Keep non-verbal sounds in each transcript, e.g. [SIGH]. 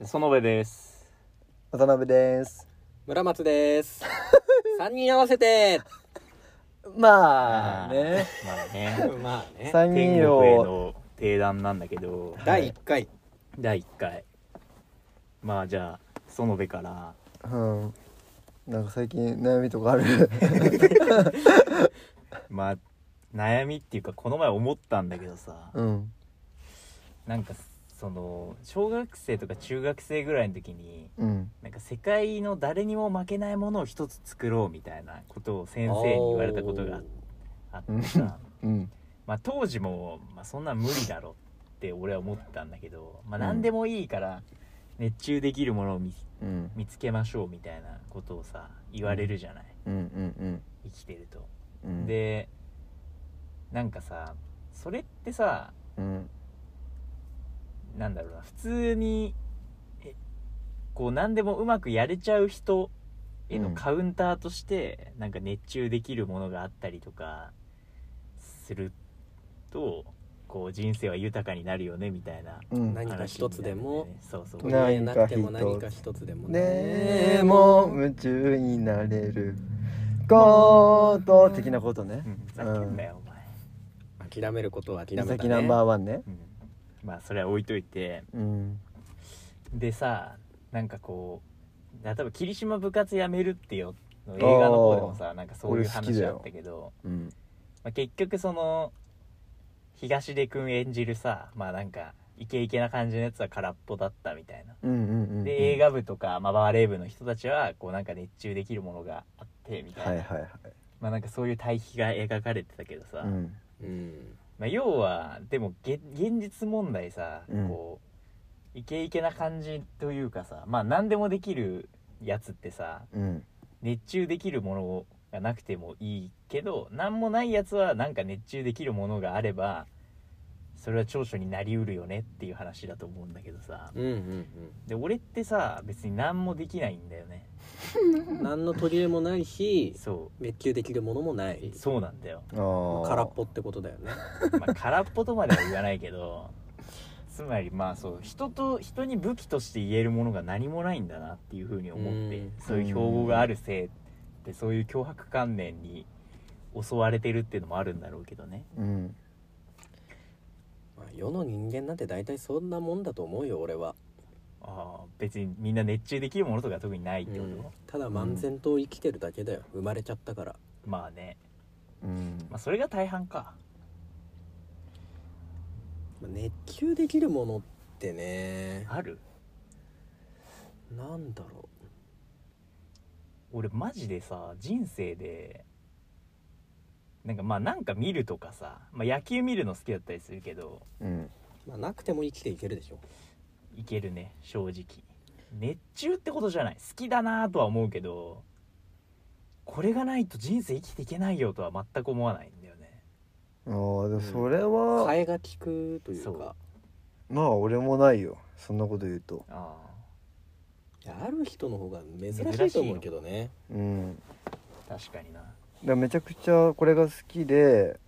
園部です。渡辺です。村 [LAUGHS] 松です。三人合わせて。まあね、まあね。まあね。三天国へ人をの定談なんだけど、第一回。第1回。まあじゃあ、園部から。うん、なんか最近悩みとかある。まあ、悩みっていうか、この前思ったんだけどさ、うん、なんか、その、小学生とか中学生ぐらいの時に、うん、なんか世界の誰にも負けないものを一つ作ろうみたいなことを先生に言われたことがあってさ、うん、まあ、当時も、まあ、そんなん無理だろって俺は思ってたんだけど、まあ、何でもいいから熱中できるものを見うん、見つけましょうみたいなことをさ言われるじゃないうん、うん、生きてると。うん、、でなんかさそれってさうん、なんだろうな普通にえこう何でもうまくやれちゃう人へのうんカウンターとして、なんか熱中できるものがあったりとかするとこう人生は豊かになるよねみたいなう話になるんん、だよね、何か一つでもそうそうな何なくても何か一つでもでも夢中になれること的なことねう。んふざけんなよお前、諦めることは諦美めた咲ナンバーね。ワンね。うんまあそれは置いといてうん、でさなんかこう例えば霧島部活やめるってよの映画の方でもさなんかそういう俺好き話だあよったけどうん、まあ、結局その東出君演じるさまあなんかイケイケな感じのやつは空っぽだったみたいなうん、うん、うん。で映。画部とか、まあ、バーレー部の人たちはこうなんか熱中できるものがあってみたいな、はい、はい、はい。まあなんかそういう対比が描かれてたけどさ、うん、うん。まあ、要はでもげ現実問題さ、うんこうイケイケな感じというかさまあ何でもできるやつってさうん、熱中できるものがなくてもいいけど何もないやつはなんか熱中できるものがあればそれは長所になりうるよねっていう話だと思うんだけどさうんうんで俺ってさ別に何もできないんだよねうん。何の取り柄もないし、そ熱中できるものもなうい。そうなんだよ、あー空っ。ぽってことだよね。まあ、 [LAUGHS] 空っぽとまでは言わないけどつまりまあそう人と人に武器として言えるものが何もないんだなっていうふうに思ってうんそういう標語があるせいでそういう脅迫観念に襲われてるっていうのもあるんだろうけどねうん、まあ世の人間なんて大体そんなもんだと思うよ俺は。ああ別にみんな熱中できるものとか特にないってこと、うんただ漫然と生きてるだけだよ。生まれちゃったから。まあね、うん。まあ、それが大半かまあ熱中できるものってね。あるなんだろ俺マジでさ人生でなんかまあなんか見るとかさ、まあ、野球見るの好きだったりするけどうん、う。まあなくても生きていけるでしょ。いけるね正直熱中ってことじゃない好きだなとは思うけどこれがないと人生生きていけないよとは全く思わないんだよねああ、でもそれは。替えが利くというそうかまあ俺もないよそんなこと言うとあいやある人の方が珍しいと思うけどねうんあ確かになだからめちゃくちゃこれが好きで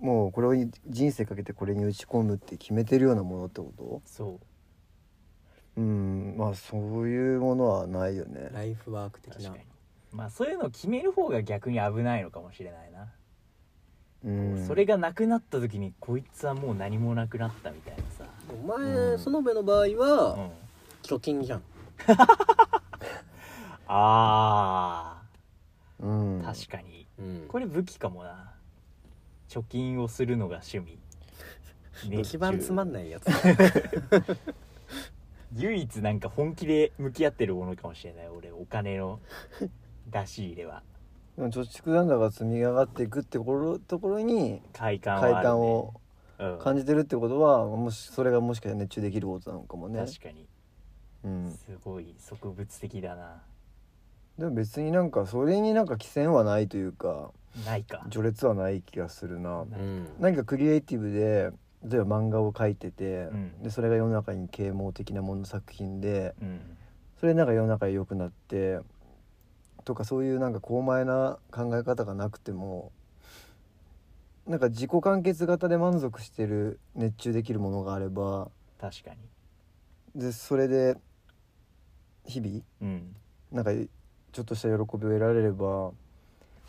もうこれをい人生かけてこれに打ち込むって決めてるようなものってこそうとうんまあそういうものはないよねライフワーク的確かなにまあそういうのを決める方が逆に危ないのかもしれないなうんそれがなくなった時にこいつはもう何もなくなったみたいなおう前ん園部の場合さ、うはん、貯金じゃんあうんー確かにうんこれ武器かもな貯金をするのが趣 [LAUGHS] 味熱一中番つまんないやつ唯一なんか本気で向き合ってるものかもしれない俺お金 [LAUGHS] の出し入れはでも貯蓄残高が積み上がっていくってころところに快感はあ快る、ね、感をうん感じてるってことはもしそれがもしかしたら熱中できることなのかもね確かにうんすごい植物的だなでも別になんかそれになんか規制はないというかないか序列はない気がするなうん何かクリエイティブで例えば漫画を描いてて、んでそれが世の中に啓蒙的なもの作品でうんそれでなんか世の中良くなってとかそういうなんか高前な考え方がなくてもなんか自己完結型で満足してる熱中できるものがあれば確かにでそれで日々うんなんかちょっとした喜びを得られればま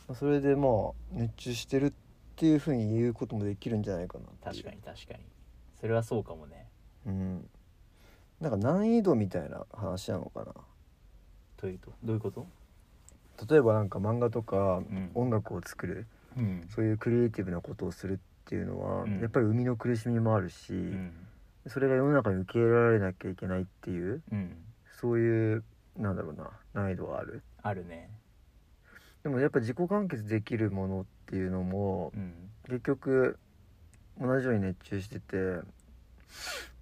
あそれでまあ熱中してるっていうふうに言うこともできるんじゃないかなって確いうかに確かにそれはそうかもねうん、なんか難易度みたいな話なのかなというとどういうこと例えばなんか漫画とかん音楽を作る、うんそういうクリエイティブなことをするっていうのは、うんやっぱり生みの苦しみもあるし、うんそれが世の中に受け入れられなきゃいけないっていううんそういうなんだろうな難易度はあるあるねでもやっぱ自己完結できるものっていうのもうん結局同じように熱中してて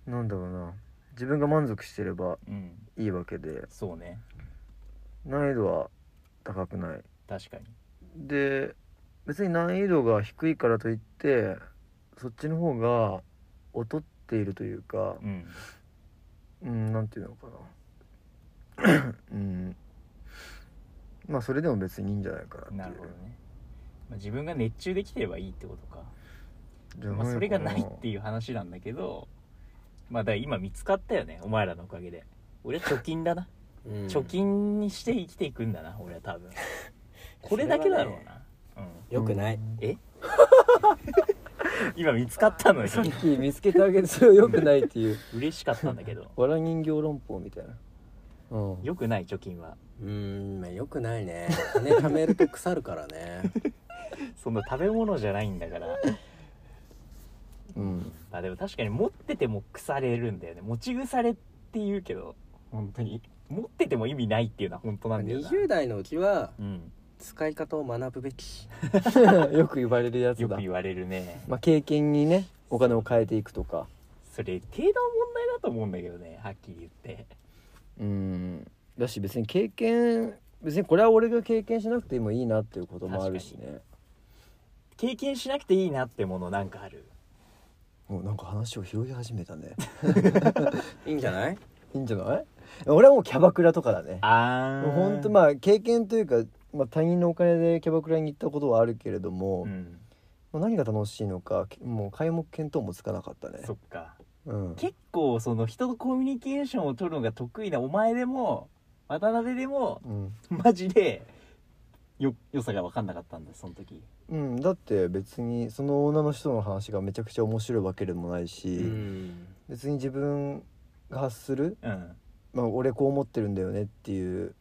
なんだろうな自分が満足してればうんいいわけでそうね難易度は高くない確かにで別に難易度が低いからといってそっちの方が劣っているというかうんうんなんていうのかな [COUGHS] うんまあそれでも別にいいんじゃないかなっていうなるほどね、まあ、自分が熱中できてればいいってことかじゃないまあ、かそれがないっていう話なんだけどまあだから今見つかったよねお前らのおかげで俺は貯金だなうん貯金にして生きていくんだな俺は多分これだけだろうな、よくない、うんうん、え今見つかったのにさっき見つけてあげてそれは良くないっていう嬉しかったんだけどわら人形論法みたいなうんよくない貯金はうーんまあよくないね金貯めると腐るからねそんな食べ物じゃないんだからうんまあでも確かに持ってても腐れるんだよね持ち腐れって言うけど本当に持ってても意味ないっていうのは本当なんだよな20代のうちはうん使い方を学ぶべき [LAUGHS] よく言われるやつよくだ言われるねまあ経験にねお金を変えていくとかそれ程度の問題だと思うんだけどねはっきり言ってうんだし別に経験別にこれは俺が経験しなくてもいいなっていうこともあるしね経験しなくていいなってものなんかあるもうなんか話を広げ始めたねいいんじゃないいいんじゃない俺はもうキャバクラとかだねあもうーほんとまあ経験というか、まあ、他人のお金でキャバクラに行ったことはあるけれども、うんもう何が楽しいのかもう皆目見当もつかなかったねそっかうん、結構その人とコミュニケーションを取るのが得意なお前でも渡辺でもうんマジでよ良さが分かんなかったんだよその時うん、だって別にその女の人の話がめちゃくちゃ面白いわけでもないし、うん別に自分が発する、うんまあ、俺こう思ってるんだよねっていう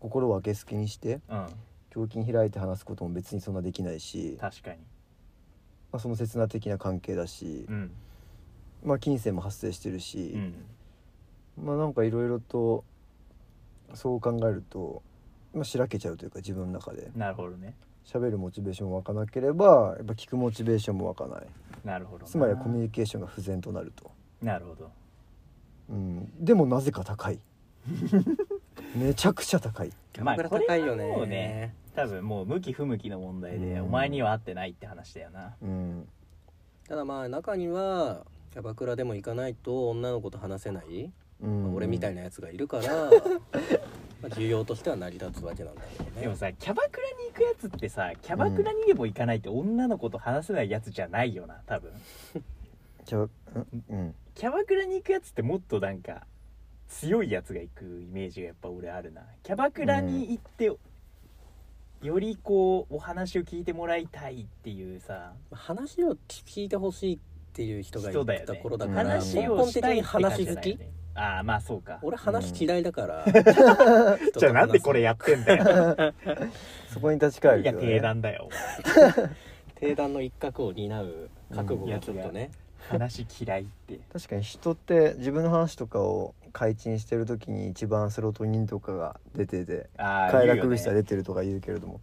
心を明けすけにしてうん胸筋開いて話すことも別にそんなできないし、ま確かにあ、その刹那的な関係だしう、んまあ、金銭も発生してるうし、んまあなんかいろいろとそう考えると、まあ、しらけちゃうというか自分の中でなるほどね喋るモチベーションも湧かなければやっぱ聞くモチベーションも湧かないなるほどなつまりはコミュニケーションが不全となると。なるほどうん、でもなぜか高いめちゃくちゃ高いキャバクラ高いまよね,、あこれはもうね多分もう向き不向きの問題でうんお前には合ってないって話だよなうんただまあ中にはキャバクラでも行かないと女の子と話せない、うん俺みたいなやつがいるから [LAUGHS] まあ需要としては成り立つわけなんだけどねでもさキャバクラに行くやつってさキャバクラにでも行かないって女の子と話せないやつじゃないよな多分ちゃううんキャバクラに行くやつってもっとなんか強いやつが行くイメージがやっぱ俺あるなキャバクラに行って、よりこうお話を聞いてもらいたいっていうさ話を聞いてほしいっていう人がい人だるよとねころだうんから、話根を本し的たいにって感じ話じゃ好ないよきねああまあそうか俺話嫌いだから、 [LAUGHS] じゃあなんでこれやってんだよそこに立ち返るいやけど、ね、定談だよ定談の一角を担う覚悟がちょっとね、話嫌いって確かに人って自分の話とかを開陳してる時に一番セロトニンとかが出ててああ快楽物質がで出てるとか言うけれども、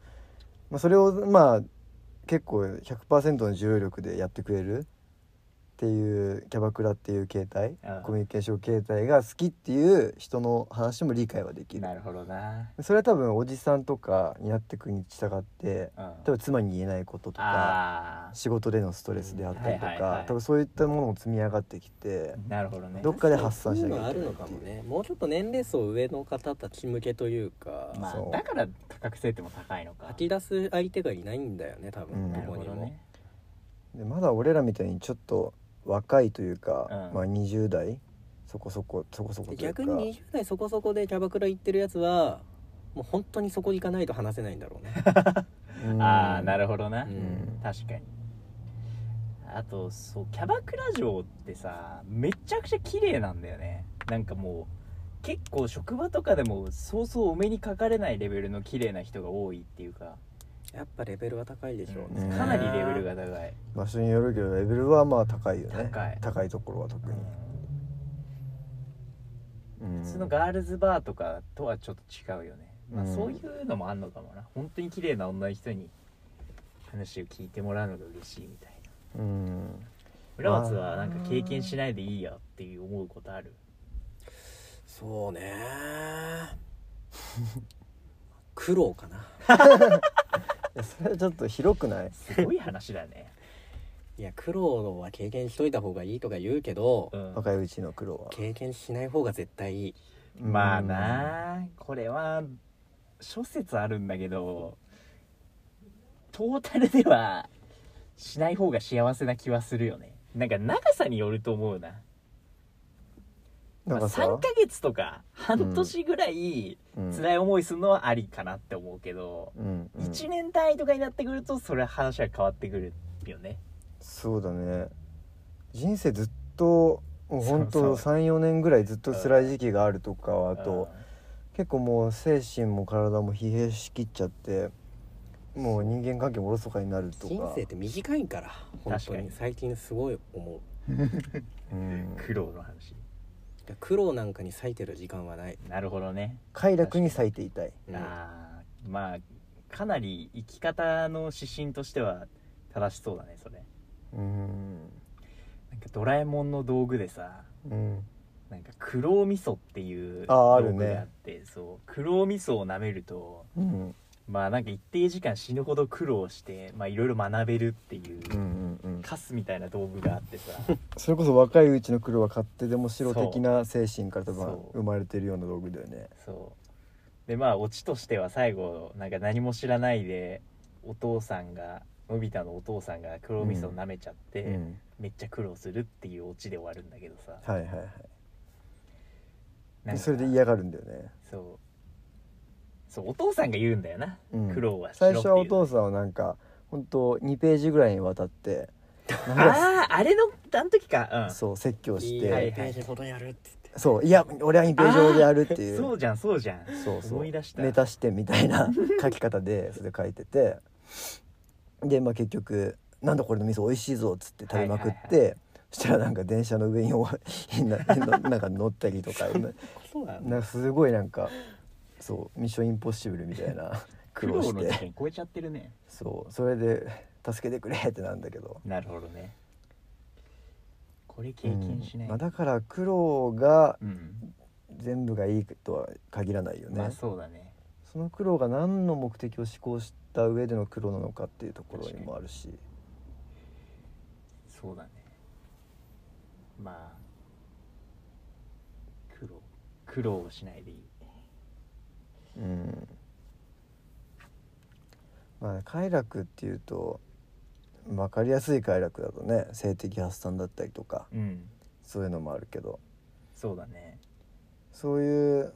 まあ、それをまあ結構100%の重力でやってくれるっていうキャバクラっていう形態ああコミュニケーション形態が好きっていう人の話も理解はできるなるほどなそれは多分おじさんとかになってくに従ってうん多分妻に言えないこととあか仕事でのストレスであったりとか、はいはいはい多分そういったものも積み上がってきてあ、なるほどねどっかで発散しなきゃいけがないあっているうのかもねもうちょっと年齢層上の方たち向けというか、まあそうだから価格設定も高いのか吐き出す相手がいないんだよね多分、うんなどるこほにども、ねでまだ俺らみたいにちょっと若いというか、うんまあ、20代そこそこそこそこというか逆に20代そこそこでキャバクラ行ってるやつはもう本当にそこ行かないと話せないんだろうね [LAUGHS] うんああなるほどな、うん確かにあとそうキャバクラ城ってさめちゃくちゃ綺麗なんだよねなんかもう結構職場とかでもそうそうお目にかかれないレベルの綺麗な人が多いっていうか、やっぱレベルは高いでしょううね、んかなりレベルが高い、場所によるけどレベルはまあ高いよね高いところは特うにん、うん普通のガールズバーとかとはちょっと違うよね、まあ、うんそういうのもあんのかもな本当に綺麗な女の人に話を聞いてもらうのが嬉しいみたいなうん浦松はなんか経験しないでいいやっていう思うことあるそうね苦労かないやそれはちょっと広くないすごい話だ [LAUGHS] ね、いや苦労は経験しといた方がいいとか言うけど、うん、若いうちの苦労は経験しない方が絶対いいまあなあこれは諸説あるんだけどトータルではしない方が幸せな気はするよねなんか長さによると思うななんかまあ、3さヶ月とか半年ぐらいうん辛い思いするのはありかなって思うけど、うんうん1年単位とかになってくるとそれは話は変わってくるよねそうだね人生ずっともうほんそうとそ34年ぐらいずっと辛い時期があるとかはあと結構もう精神も体も疲弊しきっちゃってもう人間関係もおろそかになるとか人生って短いから本確当かにに最近すごい思うううんん苦労の話いや苦労なんかに割いてる時間はないなるほどね快楽に咲いていたいうんあーまあかなり生き方の指針としては正しそうだねそれうんなんかドラえもんの道具でさうんなんか黒味噌っていうあーあ道るね具があってそう黒味噌を舐めるとうんまあなんか一定時間死ぬほど苦労してまあいろいろ学べるっていう、うんうんうんカスみたいな道具があってさそれこそ若いうちの苦労は勝手でも白的な精神から多分そう生まれてるような道具だよねそうでまあオチとしては最後なんか何も知らないでお父さんがのび太のお父さんが黒味噌を舐めちゃって、うんめっちゃ苦労するっていうオチで終わるんだけどさはいはいはいなんでかそれで嫌がるんだよねそうそうお父さんが言うんだよな、うん苦労はしろっ最ていう初はお父さんはなんか本当2ページぐらいにわたってなんかあああれのあの時かうんそう説教しいいて、はいページほどやるって言ってそういや俺は2ページほどやるっていうそうじゃんそうじゃんそうそう思い出したネタしてみた [LAUGHS] いな書き方でそれ書いててで、まあ、結局「なんだこれの味噌美味しいぞ」っつって食べまくって、はそしたらなんか電車の上にお [LAUGHS] ななんか乗ったり [LAUGHS] とかなそうだなんかすごいなんかそう「ミッションインポッシブル」みたいな苦苦労労しの時て間超えちゃってるねそうそれで「助けてくれ」ってなんだけど。なるほどねこれ経験しないうんまあ、だから苦労がうん全部がいいとは限らないよね、まあそうだねその苦労が何の目的を思考した上での苦労なのかっていうところにもあるしそうだねまあ苦労苦労をしないでいいうんまあ快楽っていうと分かりやすい快楽だとね性的発散だったりとかうんそういうのもあるけどそうだねそういう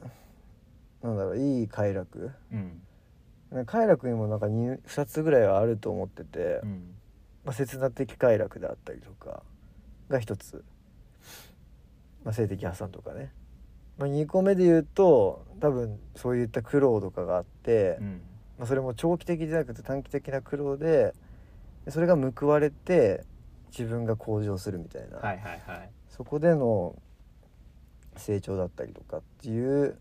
なんだろういい快楽うん快楽にもなんか 2, つぐらいはあると思ってて、うんまあ、刹那的快楽であったりとかが一つ、まあ、性的破産とかね、まあ、2個目で言うと多分そういった苦労とかがあって、うんまあ、それも長期的じゃなくて短期的な苦労でそれが報われて自分が向上するみたいな、はいはいはいそこでの成長だったりとかっていう、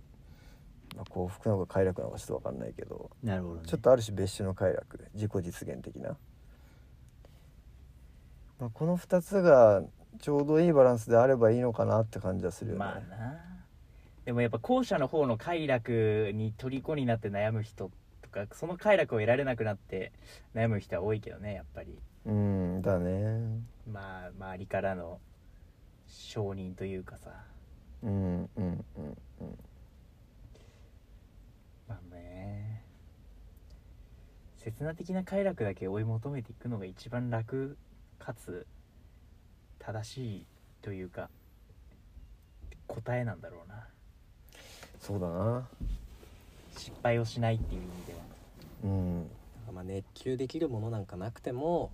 まあ、幸福なのか快楽なのかちょっと分かんないけどなるほど、ねちょっとある種別種の快楽自己実現的な、まあ、この2つがちょうどいいバランスであればいいのかなって感じはするよね、まあなでもやっぱ後者の方の快楽に虜になって悩む人とかその快楽を得られなくなって悩む人は多いけどねやっぱりうんだねまあ周りからの承認というかさうんうんうんうんまあね刹那的な快楽だけ追い求めていくのが一番楽かつ正しいというか答えなんだろうなそうだな失敗をしないっていう意味ではうんまあ熱中できるものなんかなくても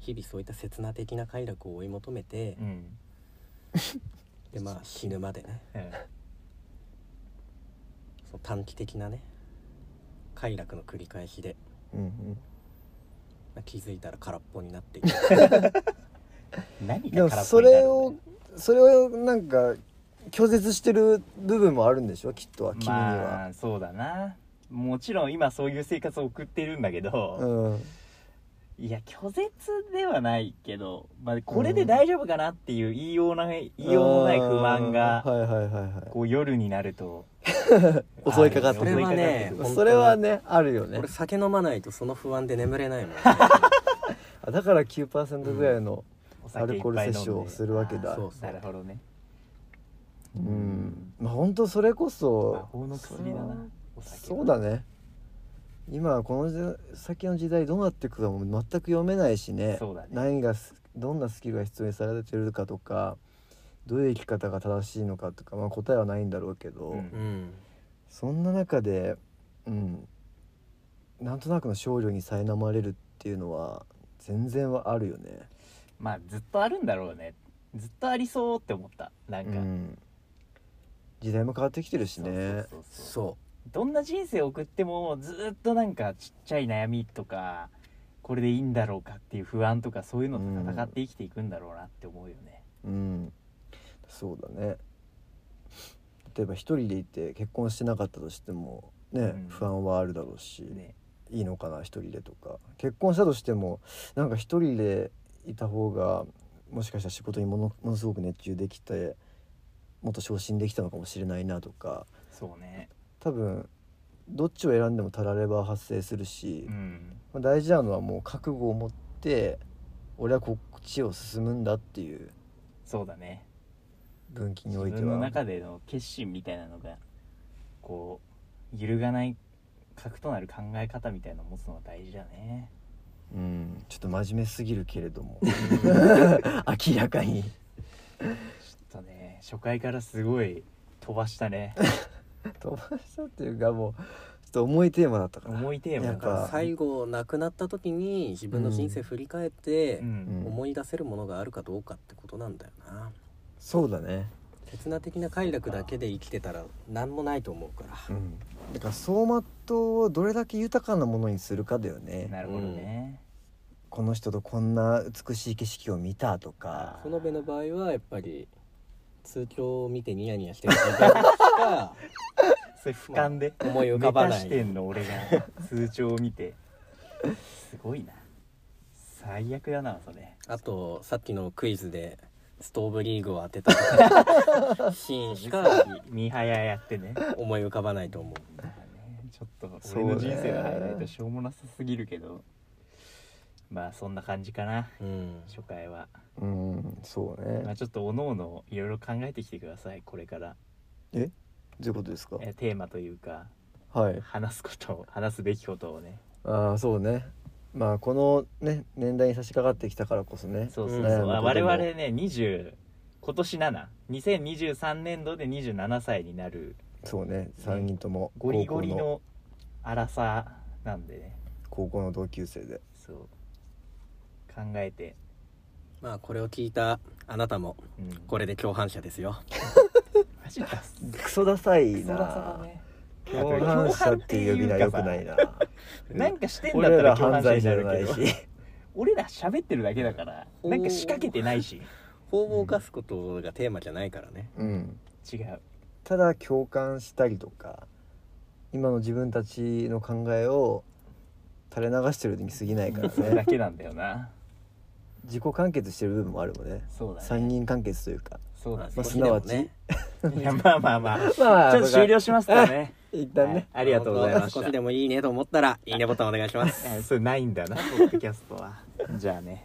日々そういった刹那的な快楽を追い求めてう、ん、でまあ死ぬまでねうん、その短期的なね快楽の繰り返しで、うんうんまあ気づいたら空っぽになっていく何でがも空っぽそになれるんだろうをねそれをなんか拒絶してる部分もあるんでしょきっとは君にまは、あそうだなもちろん今そういう生活を送ってるんだけど、うんいや拒絶ではないけど、まあ、これで大丈夫かなっていう言いような、言いようもない不満あーがはいはいはいはこう夜になると襲いかかってあくるー襲いかかってそれはくねるいそれはねあるよね [LAUGHS] 俺酒飲まないとその不安で眠れないもん、ね、あだから9%ぐらいのおア酒いルっコールぱい飲んで摂取をするわけあだーそうそうなるほどねうん、まあ本当それこ魔そ法の薬だなお酒はそうだね今はこの時先の時代どうなっていくかも全く読めないしねそうだね何がすどんなスキルが必要にされてるかとかどういう生き方が正しいのかとか、まあ、答えはないんだろうけど、うん [LAUGHS] うんそんな中で、うん、なんとなくの少量に苛まれるっていうのは全然はあるよね。まあずっとあるんだろうねずっとありそうって思ったなんうか、ん、時代も変わってきてるしそうそうね。そうそうそどんな人生を送ってもずっとなんかちっちゃい悩みとかこれでいいんだろうかっていう不安とかそういうのと戦って生きていくんだろうなって思うよね、うん、そうだね例えば一人でいて結婚してなかったとしてもね、うん不安はあるだろうし、ねいいのかな一人でとか結婚したとしてもなんか一人でいた方がもしかしたら仕事にものものすごく熱中できてもっと昇進できたのかもしれないなとかそうね多分どっちを選んでもたられば発生するしう、んまあ大事なのはもう覚悟を持って俺はこっちを進むんだっていうそうだね分岐に自おいて分のは。中での決心みたいなのがこう揺るがない核となる考え方みたいなのを持つのが大事だ [LAUGHS] ねうん、ちょっと真面目すぎるけれど [LAUGHS] も明らかにちょっとね初回からすごい飛ばしたね飛ばしたっていうかもうちょっと重いテーマだったから重いテーマなんだからかう最後亡くなった時に自分の人生振り返って、うんうん思い出せるものがあるかどうかってことなんだよなそうだね、刹那的な快楽だけで生きてたら何もないと思うからうん、だから走馬灯をどれだけ豊かなものにするかだよねなるほどね、この人とこんな美しい景色を見たとか園部の場合はやっぱり通帳を見てニヤニヤ [LAUGHS] してる時間しかそれ俯瞰で、思い浮メかばタな視い点の俺が通帳を見てすごいな最悪だなそれあとさっきのクイズでストーブリーグを当てた時の [LAUGHS] シーンしか見はややってね思い浮かばないと思うまあねちょっとそう俺ねの人生のハイライトしょうもなさすぎるけどまあそんな感じかなうん初回は、うんそうまねあ、ちょっとおのおのいろいろ考えてきてくださいこれからどういうことですかえテーマというかはい話すことを話すべきことをねああそうねまあこのね年代に差し掛かってきたからこそねそうそううんそう、悩むことも我々ね20今年72023年度で27歳になるそうね3人ともゴリ高ゴ校リのの荒さなんでね高校の同級生でそう考えて、まあこれを聞いたあなたもうん、これで共犯者ですよマジだすクソダサい辛さだなね共犯者っていう呼び名良くないななんかしてんだっ俺たらら共犯犯者罪にじなゃるなけいどし俺ら喋ってるだけだからおーなんか仕掛けてないし法を犯すことがテーマじゃないからねうん違うただ共感したりとか今の自分たちの考えを垂れ流してるに過ぎないから [LAUGHS] それだねけなんだよな自己完結してる部分もあるもんねそうだね三人完結というかそう [LAUGHS] だねまあすなわち少しでもねいやまあまあまあまちょっと終了しますかね一旦ねはいありがとうございました [LAUGHS] 少しでもいいねと思ったらいいねボタンお願いしますえそれないんだなポッドキャストはじゃあね